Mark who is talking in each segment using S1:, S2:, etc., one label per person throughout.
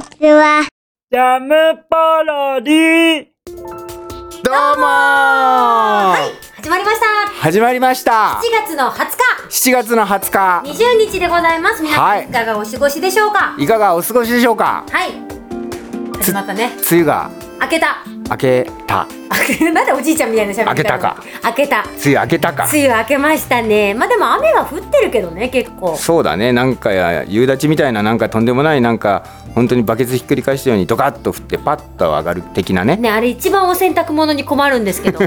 S1: ちは。
S2: ジャムパロディ
S3: どうもー、
S4: 始まりました
S3: 始まりまし
S4: 7
S3: た
S4: 月の20
S3: 7月の20日
S4: 日20日でございます皆さん、
S3: は
S4: い、
S3: い
S4: かがお過ごしでしょうか
S3: いかがお過ごしでしょうか
S4: はい始まったね
S3: 梅雨が
S4: 開けた
S3: 明けた
S4: なんでおじいちゃんみたいな喋り方
S3: 開けたか
S4: 開けた
S3: 梅雨明けたか
S4: 梅雨明けましたねまあでも雨が降ってるけどね結構
S3: そうだねなんかや夕立みたいななんかとんでもないなんか本当にバケツひっくり返したようにドカッと降ってパッと上がる的なね
S4: ねあれ一番お洗濯物に困るんですけ ど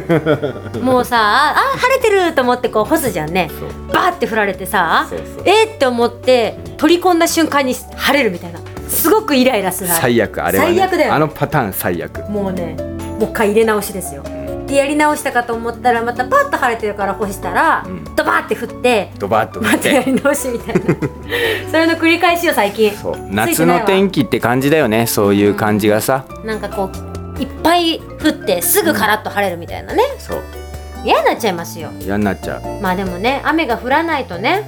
S4: もうさああ晴れてると思ってこう干すじゃんね
S3: そう
S4: バーって振られてさ
S3: そうそう
S4: えーって思って取り込んだ瞬間に晴れるみたいなすごくイライラするれ
S3: 最悪あれは、ね、
S4: 最悪だよ
S3: あのパターン最悪
S4: もうねもう一回入れ直しですよでやり直したかと思ったらまたパッと晴れてるから干したら、
S3: うん
S4: ドバーって振って
S3: ドバッと降
S4: ま
S3: った
S4: や
S3: て
S4: り直しみたい なそれの繰り返しよ最近
S3: そう
S4: つい
S3: 夏
S4: てないわ
S3: の天気って感じだよねそういう感じがさ、
S4: なんかこういっぱい降ってすぐカラッと晴れるみたいなね
S3: そう
S4: 嫌になっちゃいますよ
S3: 嫌になっちゃう
S4: まあでもね雨が降らないとね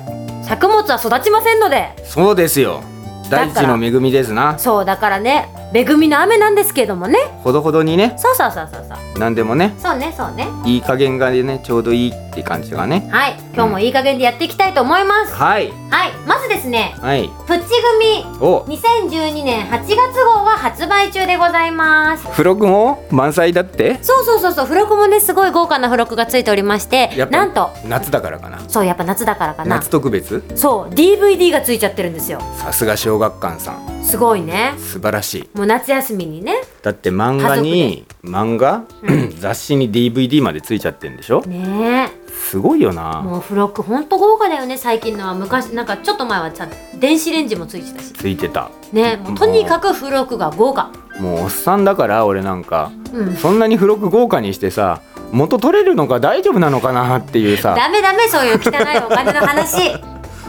S4: 作物は育ちませんので
S3: そうですよ
S4: だ
S3: 大
S4: から
S3: 地の恵みですな
S4: そうだからね恵みの雨なんですけどもね
S3: ほどほどにね
S4: そうそうそうそうそう
S3: 何でもね
S4: そうねそうね
S3: いい加減がねちょうどいいって感じがね
S4: はい今日もいい加減でやっていきたいと思います、
S3: はい
S4: はいまずですね
S3: はい
S4: プチ組
S3: お
S4: 2012年8月号が発売中でございます
S3: 付録も満載だって
S4: そうそうそうそう付録もねすごい豪華な付録がついておりまして
S3: やっぱ
S4: なんと
S3: 夏だからかな
S4: そうやっぱ夏だからかな
S3: 夏特別
S4: そう DVD がついちゃってるんですよ
S3: さすが小学館さん
S4: すごいね
S3: 素晴らしい
S4: もう夏休みにね
S3: だって漫画に漫画、 雑誌に DVD までついちゃってんでしょ
S4: ね
S3: すごいよ
S4: え
S3: な
S4: もう付録ほんと豪華だよね最近のは昔なんかちょっと前はさ電子レンジもついてたし
S3: ついてた
S4: ねえもうとにかく付録が豪華
S3: もうおっさんだから俺なんか
S4: うん
S3: そんなに付録豪華にしてさ元取れるのか大丈夫なのかなっていうさ
S4: ダメダメそういう汚いお金の 話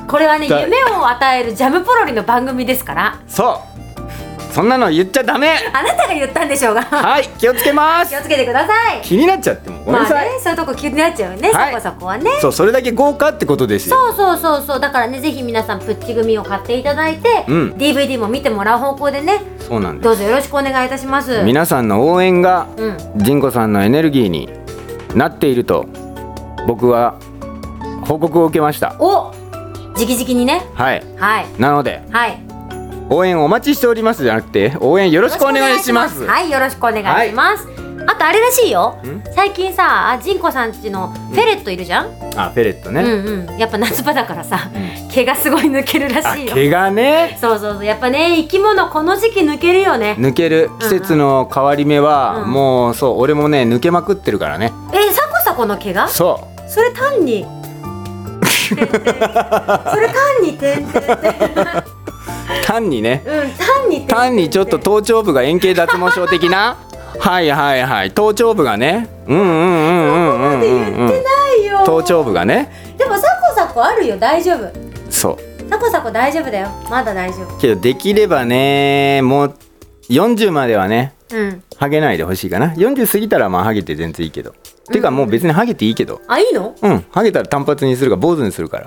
S4: これはね
S3: だ
S4: 夢を与えるジャムポロリの番組ですから
S3: そうそんなの言っちゃダメ
S4: あなたが言ったんでしょうが
S3: はい気をつけま
S4: 気
S3: す
S4: をつけてください
S3: 気になっちゃってもうごめんな
S4: まあ
S3: さい、
S4: ねそういうとこ気になっちゃうよね、
S3: はい
S4: そこそこはね
S3: そうそれだけ豪華ってことですよ
S4: そうそうそうそうだからねぜひ皆さんプッチ組を買っていただいて、
S3: うん
S4: DVD も見てもらう方向でね
S3: そうなんで
S4: どうぞよろしくお願いいたします
S3: す皆さんの応援が
S4: うん
S3: ジンコさんのエネルギーになっていると僕は報告を受けました
S4: おじきじきにね
S3: はい
S4: はい
S3: なので
S4: はいよ
S3: 応援お待ちしておりますじゃなくて応援よろしくお願いします
S4: はいよろしくお願いします、あとあれらしいよ
S3: ん
S4: 最近さあジンコさんちのフェレットいるじゃん、
S3: あフェレット
S4: う
S3: ね、
S4: んうんやっぱ夏場だからさ、
S3: う
S4: 毛がすごい抜けるら
S3: あ
S4: しいよ
S3: 毛がね
S4: そうそうそうやっぱね生き物この時期抜けるよね
S3: 抜ける季節の変わり目は、
S4: うん
S3: もうそう俺もね抜けまくってるからね
S4: えサコサコの毛が
S3: そ
S4: それ単 にそれ単に点々
S3: う単にね
S4: うん単に点々
S3: 単にちょっと頭頂部が円形脱毛症的 なはいはいはい頭頂部がねうんうんうんうんうんうんうん
S4: ないよ
S3: 頭頂部がね
S4: でもサコサコあるよ大丈夫
S3: そう
S4: サコサコ大丈夫だよまだ大丈夫
S3: けどできればねもう40まではね
S4: うん
S3: ハゲないでほしいかな40過ぎたらまあハゲて全然いいけどてかもう別にハゲていいけど
S4: あいいの
S3: うんハゲたら単発にするか坊主にするから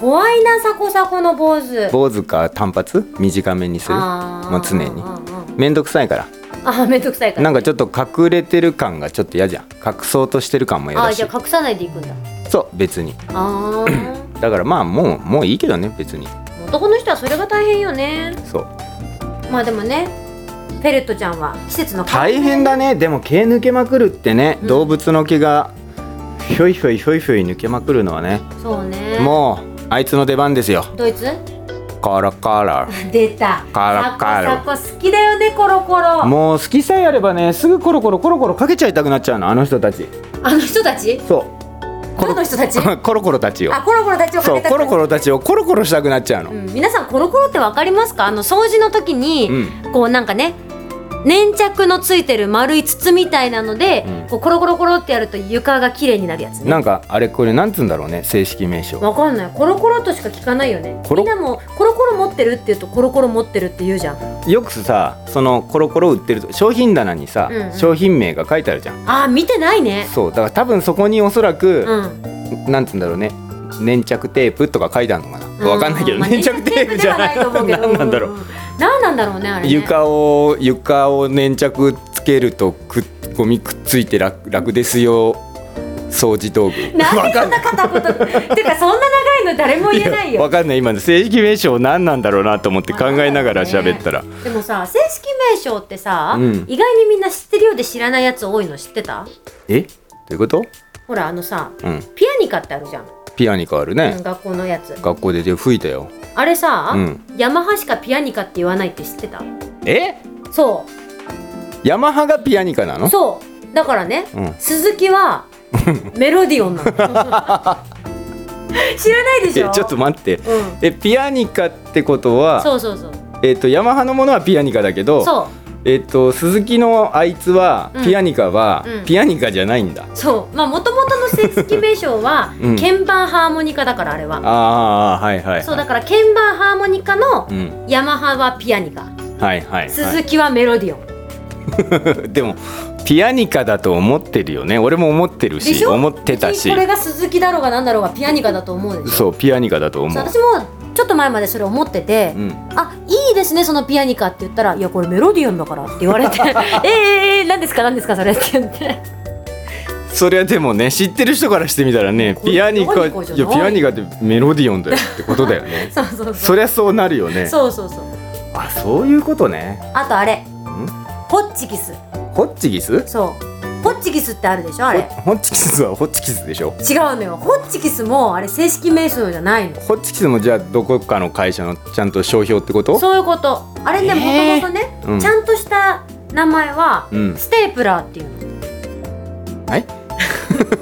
S4: 怖いなサコサコの坊主
S3: 坊主か単発短めにする
S4: あー
S3: もう常に
S4: うんうんうん
S3: めんどくさいから
S4: あめんどくさいから
S3: なんかちょっと隠れてる感がちょっと嫌じゃん隠そうとしてる感も嫌
S4: あ
S3: だ
S4: じ
S3: し
S4: ゃあ隠さないでいくんだ
S3: そう別に
S4: あー
S3: だからまあもうもういいけどね別に
S4: 男の人はそれが大変よね
S3: そう
S4: まあでもねフェレットちゃんは季節の変わり
S3: 大変だねでも毛抜けまくるってね、
S4: うん
S3: 動物の毛がひょいひょいひょいひょい抜けまくるのはね、
S4: そうね
S3: もうあいつの出番ですよ
S4: ドイツ
S3: カラカラ
S4: 出た
S3: カラカラ
S4: サコサコ好きだよねコロコロ
S3: もう好きさえあればねすぐコロコロコロコロかけちゃいたくなっちゃうのあの人たち
S4: あの人たち
S3: そうコ
S4: ど
S3: ロ
S4: の人たち
S3: コロコロたちを
S4: あコロコロたちをか
S3: そ
S4: け
S3: う
S4: た
S3: コロコロたちをコロコロしたくなっちゃうの、
S4: うん、皆さんコロコロってわかりますかあの掃除の時に、こうなんかね粘着のついてる丸い筒みたいなので、
S3: うん
S4: こうコロコロコロってやると床が綺麗になるやつ
S3: な
S4: ね
S3: んかあれこれなんつうんだろうね正式名称
S4: わかんないコロコロとしか聞かないよね
S3: コロ
S4: みんなもコロコロ持ってるって言うとコロコロ持ってるって言うじゃん
S3: よくさそのコロコロ売ってると商品棚にさ、
S4: うんうん
S3: 商品名が書いてあるじゃん
S4: あー見てないね
S3: そうだから多分そこにおそらく
S4: う、ん
S3: なんつうんだろうね粘着テープとか書いてあるのかなわかんないけど、
S4: まあ
S3: 粘着テープじゃない
S4: 粘着テープではないと思うけど
S3: 何なんだろう、
S4: 何なんだろうねあれね
S3: 床を床を粘着つけるとくっゴミくっついて楽楽ですよ掃除道具
S4: なんで
S3: わか
S4: そん
S3: んな
S4: な片言てかそんな長いの誰も言えない
S3: いわ
S4: よ
S3: かんない今の正式名称何なんだろうなと思って考えながら喋ったら、
S4: でもさ正式名称ってさ、
S3: うん
S4: 意外にみんな知ってるようで知らないやつ多いの知ってた
S3: えどういうこと
S4: ほらあのさ
S3: うん
S4: ピアニカってあるじゃん、
S3: ピアニカあるね、
S4: うん学校のやつ
S3: 学校で手吹いたよ
S4: あれさ、
S3: うん
S4: ヤマハしかピアニカって言わないって知ってた
S3: え
S4: そ
S3: ヤマハがピアニカなの
S4: うそうだからね、
S3: うん
S4: 鈴木はメロディオン なの知らないでし
S3: え
S4: ょ
S3: ちょっと待って
S4: うん
S3: えピアニカってことは、
S4: そうそうそう
S3: えっとヤマハのものはピアニカだけど
S4: そう
S3: えっと鈴木のあいつは、
S4: うん
S3: ピアニカは、
S4: うん
S3: ピアニカじゃないんだ
S4: そうまあもともとの正式名称は
S3: うん
S4: 鍵盤ハーモニカだからあれは、
S3: ああはいはい、はい、
S4: そうだから鍵盤ハーモニカの
S3: うん
S4: ヤマハはピアニカ
S3: はいはい、は
S4: 鈴木はメロディオン、
S3: い、でもピアニカだと思ってるよね俺も思ってる
S4: で
S3: し
S4: しょ
S3: 思ってた
S4: 別に
S3: し
S4: これが鈴木だろうがなんだろうがピアニカだと思うでしょ
S3: そうピアニカだと思
S4: そう
S3: う
S4: 私もちょっと前までそれ思ってて、
S3: うん
S4: あいいですねそのピアニカって言ったら「いやこれメロディオンだから」って言われて「えーえー、えー、何ですか何ですかそれ」って言って
S3: それはでもね知ってる人からしてみたらね
S4: これ
S3: ピアニカ
S4: ピア
S3: い
S4: ニカじゃない
S3: やピアニカってメロディオンだよってことだよね
S4: そうそう そ
S3: そうりゃそうなるよね
S4: そうそうそう
S3: あそういうことね
S4: あとあれホッチキス
S3: ホッチキス
S4: そうホッチキスってあるでしょあれ
S3: ホッチキスはホッチキスでしょ
S4: 違うのよホッチキスもあれ正式名称じゃないの
S3: ホッチキスもじゃあどこかの会社のちゃんと商標ってこと
S4: そういうことあれねもともとね、
S3: うん
S4: ちゃんとした名前は、
S3: うん
S4: ステープラーっていうの
S3: はい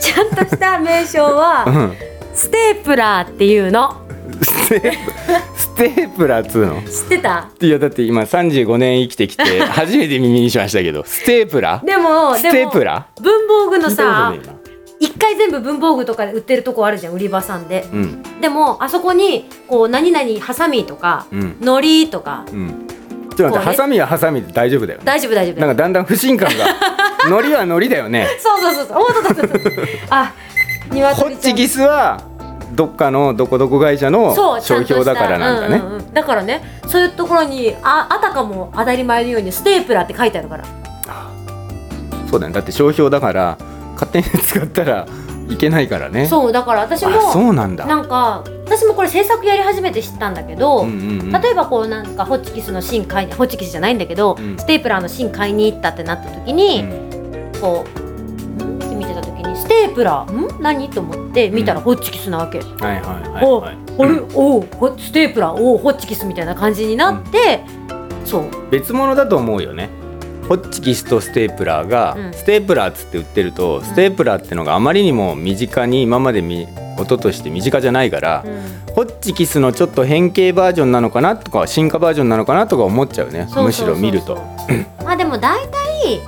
S4: ちゃんとした名称
S3: う
S4: は
S3: ん
S4: ステープラーっていうの
S3: ステープステープラーっつうの
S4: 知ってた
S3: いやだって今35年生きて きて初めて耳にしましたけどステープラ
S4: でも
S3: ステープラ
S4: でも文房具の
S3: 聞いた
S4: さ
S3: ことない
S4: 一回全部文房具とかで売ってるとこあるじゃん売り場さんで、
S3: なうん
S4: でもあそこにこう何々ハサミとか、
S3: うん
S4: のりとか
S3: うんちょっ
S4: こ
S3: と待って
S4: うね
S3: ハサミはハサミで大丈夫だよね
S4: 大丈夫大丈夫
S3: なんかだんだん不 信感がノリはノリだよね
S4: そうそうそうそうおーっとっとっとっと あ
S3: ホ
S4: 鶏
S3: ッ
S4: ちゃ
S3: チ
S4: ん
S3: キスはどっかのどこどこ会社の
S4: そうちゃ
S3: 商
S4: んとした
S3: 標だからなんだね、
S4: うううんだからねそういうところにああたかも当たり前のようにステープラーって書いてあるから
S3: そうだねだって商標だから勝手に使ったらいけないからね
S4: そうだから私
S3: あそ
S4: も
S3: うなんだ
S4: なんか私もこれ制作やり始めて知ったんだけど、
S3: うんうんうん
S4: 例えばこうなんかホッチキスの芯買いにホッチキスじゃないんだけど、
S3: うん
S4: ステープラーの芯買いに行ったってなった時に、こう「ん?」って見てた時にステープラーん何と思って見たらホッチキスなわけ、
S3: うんはいはいはい、
S4: お
S3: はい、
S4: あれおうほステープラーおうホッチキスみたいな感じになって、そう
S3: 別物だと思うよねホッチキスとステープラーが、
S4: うん
S3: ステープラーっつって売ってると、ステープラーってのがあまりにも身近に今までみ音として身近じゃないから、ホッチキスのちょっと変形バージョンなのかなとか進化バージョンなのかなとか思っちゃうね
S4: そう
S3: む
S4: そ
S3: し
S4: うそうそう
S3: ろ見ると。
S4: まあでも大体、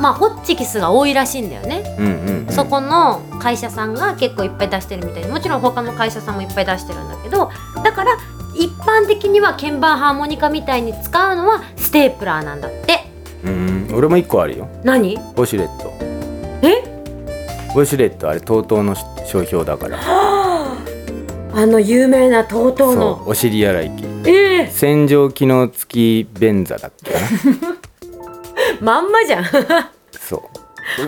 S4: まあホッチキスが多いらしいんだよね、
S3: うんうんうん
S4: そこの会社さんが結構いっぱい出してるみたいにもちろん他の会社さんもいっぱい出してるんだけどだから一般的には鍵盤ハーモニカみたいに使うのはステープラーなんだって
S3: うんうん俺も一個あるよ
S4: 何
S3: ウォシュレット
S4: え
S3: ウォシュレットあれ TOTO の商標だから
S4: あの有名な TOTO
S3: そう
S4: の
S3: お尻洗い機
S4: ええ
S3: 洗浄機能付き便座だっけな
S4: まんまじゃ ん
S3: そう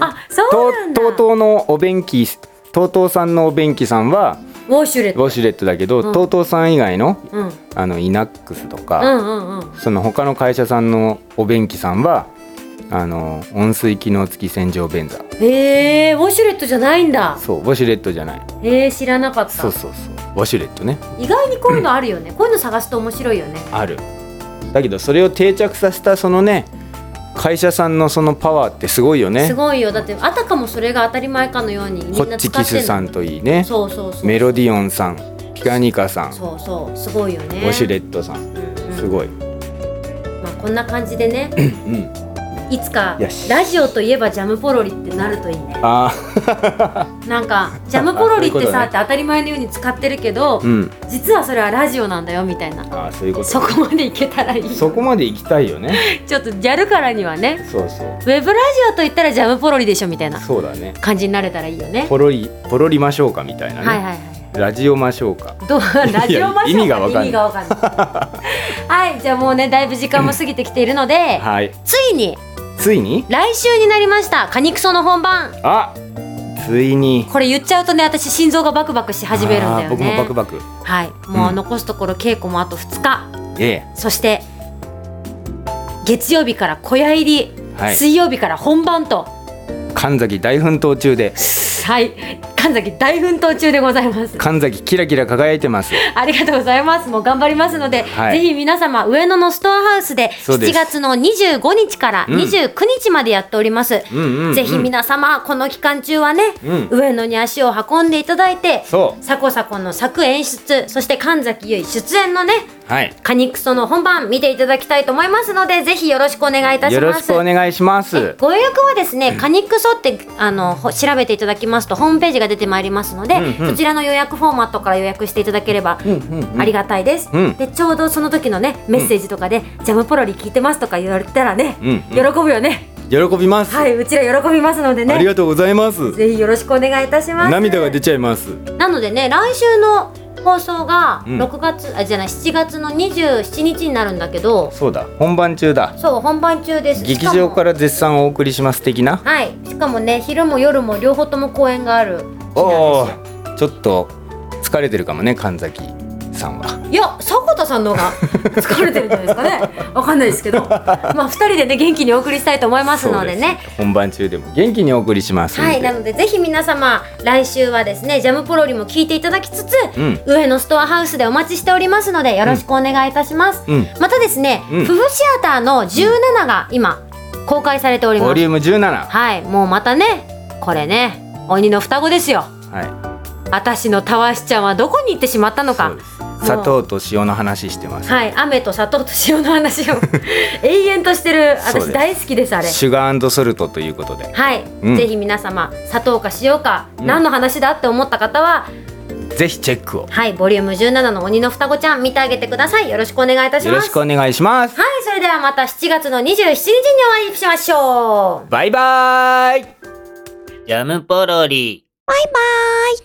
S4: あそう
S3: と
S4: なんだ
S3: とうとうのお便器とうとうさんのお便器さんは
S4: ウォシュレッ
S3: ウォ
S4: ト
S3: シュレットだけど、
S4: うん
S3: とうとうさん以外の
S4: うん
S3: あのイナックスと
S4: う
S3: か、
S4: んうんうん
S3: その他の会社さんのお便器さんはあの温水機能付き洗浄便座
S4: えー、ウォシュレットじゃないんだ
S3: そうウォシュレットじゃない
S4: えー、知らなかった
S3: そうそうそうウォシュレットね
S4: 意外にこういうのあるよね、こういうの探すと面白いよね
S3: あるだけどそれを定着させたそのね会社さんのそのパワーってすごいよね
S4: すごいよだってあたかもそれが当たり前かのようにみんな使
S3: ホ
S4: ってんの
S3: ッチキスさんといいね
S4: そうそうそう
S3: メロディオンさんピアニカさんウ
S4: そうそうすごいよね
S3: ォシュレットさんすごい、
S4: まあ、こんな感じでね
S3: うん
S4: いつか
S3: よし
S4: ラジオといえばジャムポロリってなるといいね
S3: あ
S4: なんか ジャムポロリっ
S3: そう
S4: て
S3: いうこと
S4: さ
S3: ね
S4: って当たり前のように使ってるけど、
S3: ーうん
S4: 実はそれはラジオなんだよみたいな
S3: あーそういうこと
S4: そこまでいけたらいい
S3: そこまで行きたいよね
S4: ちょっとやるからにはね
S3: そうそう
S4: ウェブラジオと言ったらジャムポロリでしょみたいな
S3: そうだね
S4: 感じになれたらいいよね
S3: ポロリポロリましょうかみたいなね、
S4: はいはいはい
S3: ラジオましょうか
S4: どうラジオマショ
S3: 意味がわかんない
S4: 意味がわかんないはいじゃあもうねだいぶ時間も過ぎてきているので
S3: はい
S4: ついに
S3: ついに
S4: 来週になりましたカニクソの本番
S3: あついに
S4: これ言っちゃうとね私心臓がバクバクし始めるんだよね
S3: あー僕もバクバク
S4: はいもううん残すところ稽古もあと2日
S3: え
S4: そして月曜日から小屋入り、
S3: はい
S4: 水曜日から本番と
S3: え神崎大奮闘中で
S4: はい神崎大奮闘中でございます
S3: 神崎キラキラ輝いてます
S4: ありがとうございます。もう頑張りますので、
S3: はい
S4: ぜひ皆様、上野のストアハウスで、
S3: そうです
S4: 7月の25日から
S3: うん
S4: 29日までやっております。
S3: うんうん、うん、
S4: ぜひ皆様、この期間中はね、
S3: うん
S4: 上野に足を運んでいただいて、
S3: そう
S4: サコサコの作演出、そして神崎優衣出演のね、
S3: はい
S4: カニクソの本番見ていただきたいと思いますので、ぜひよろしくお願いいたします。
S3: よろしくお願いします
S4: ご予約はですね、カニクソってあのほ調べていただきますとホームページが出てまいりますので、
S3: うんうん
S4: そちらの予約フォーマットから予約していただければありがたいです。
S3: うん
S4: でちょうどその時のねメッセージとかで、ジャムポロリ聞いてますとか言われたらね、
S3: うんうん
S4: 喜ぶよね。
S3: 喜びます、
S4: はいうちら喜びますので
S3: あ
S4: ね。
S3: りがとうございます
S4: ぜひよろしくお願いいたします。
S3: 涙が出ちゃいます
S4: なのでね来週の放送が
S3: うん
S4: 6月、あじゃない7月の27日になるんだけど、
S3: そうだ本番中だ
S4: そう本番中です。
S3: 劇
S4: ら
S3: 場から絶賛お送りします的な
S4: はい、しかもね昼も夜も両方とも公演がある日なんです
S3: お
S4: よ
S3: ーちょっと疲れてるかもね神崎さんはい
S4: や迫田さんの方が疲れてるんじゃないですかねわかんないですけ どまあ二人でね元気にお送りしたいと思いますので
S3: そう
S4: ね
S3: す本番中でも元気にお送りしますんで
S4: はいなのでぜひ皆様来週はですねジャムポロリも聞いていただきつつ、
S3: うん
S4: 上野ストアハウスでお待ちしておりますのでよろしくお願いいたします、
S3: うん
S4: またですね、
S3: うん
S4: 夫婦シアターの17が今公開されておりま
S3: ボ
S4: す
S3: リューム17
S4: はいもうまたねこれね鬼の双子ですよ
S3: は
S4: 私のたわしちゃんはどこに行ってしまったの
S3: いそ
S4: か
S3: うです砂糖と塩の話してます
S4: はい雨と砂糖と塩の話 を永遠としてる
S3: そ
S4: 私
S3: うです
S4: 大好きですあれ
S3: シュガーソルトということで
S4: はい、
S3: うん
S4: ぜひ皆様砂糖か塩か、
S3: うん
S4: 何の話だって思った方は
S3: ぜひチェックを
S4: はいボリューム17の鬼の双子ちゃん見てあげてくださいよろしくお願いいたし
S3: よ
S4: ま
S3: ろ
S4: す
S3: しくお願いします
S4: はいそれではまた7月の27日にお会いしましょう
S3: バイバーイ
S2: ジャムポロリ。
S1: バイバイ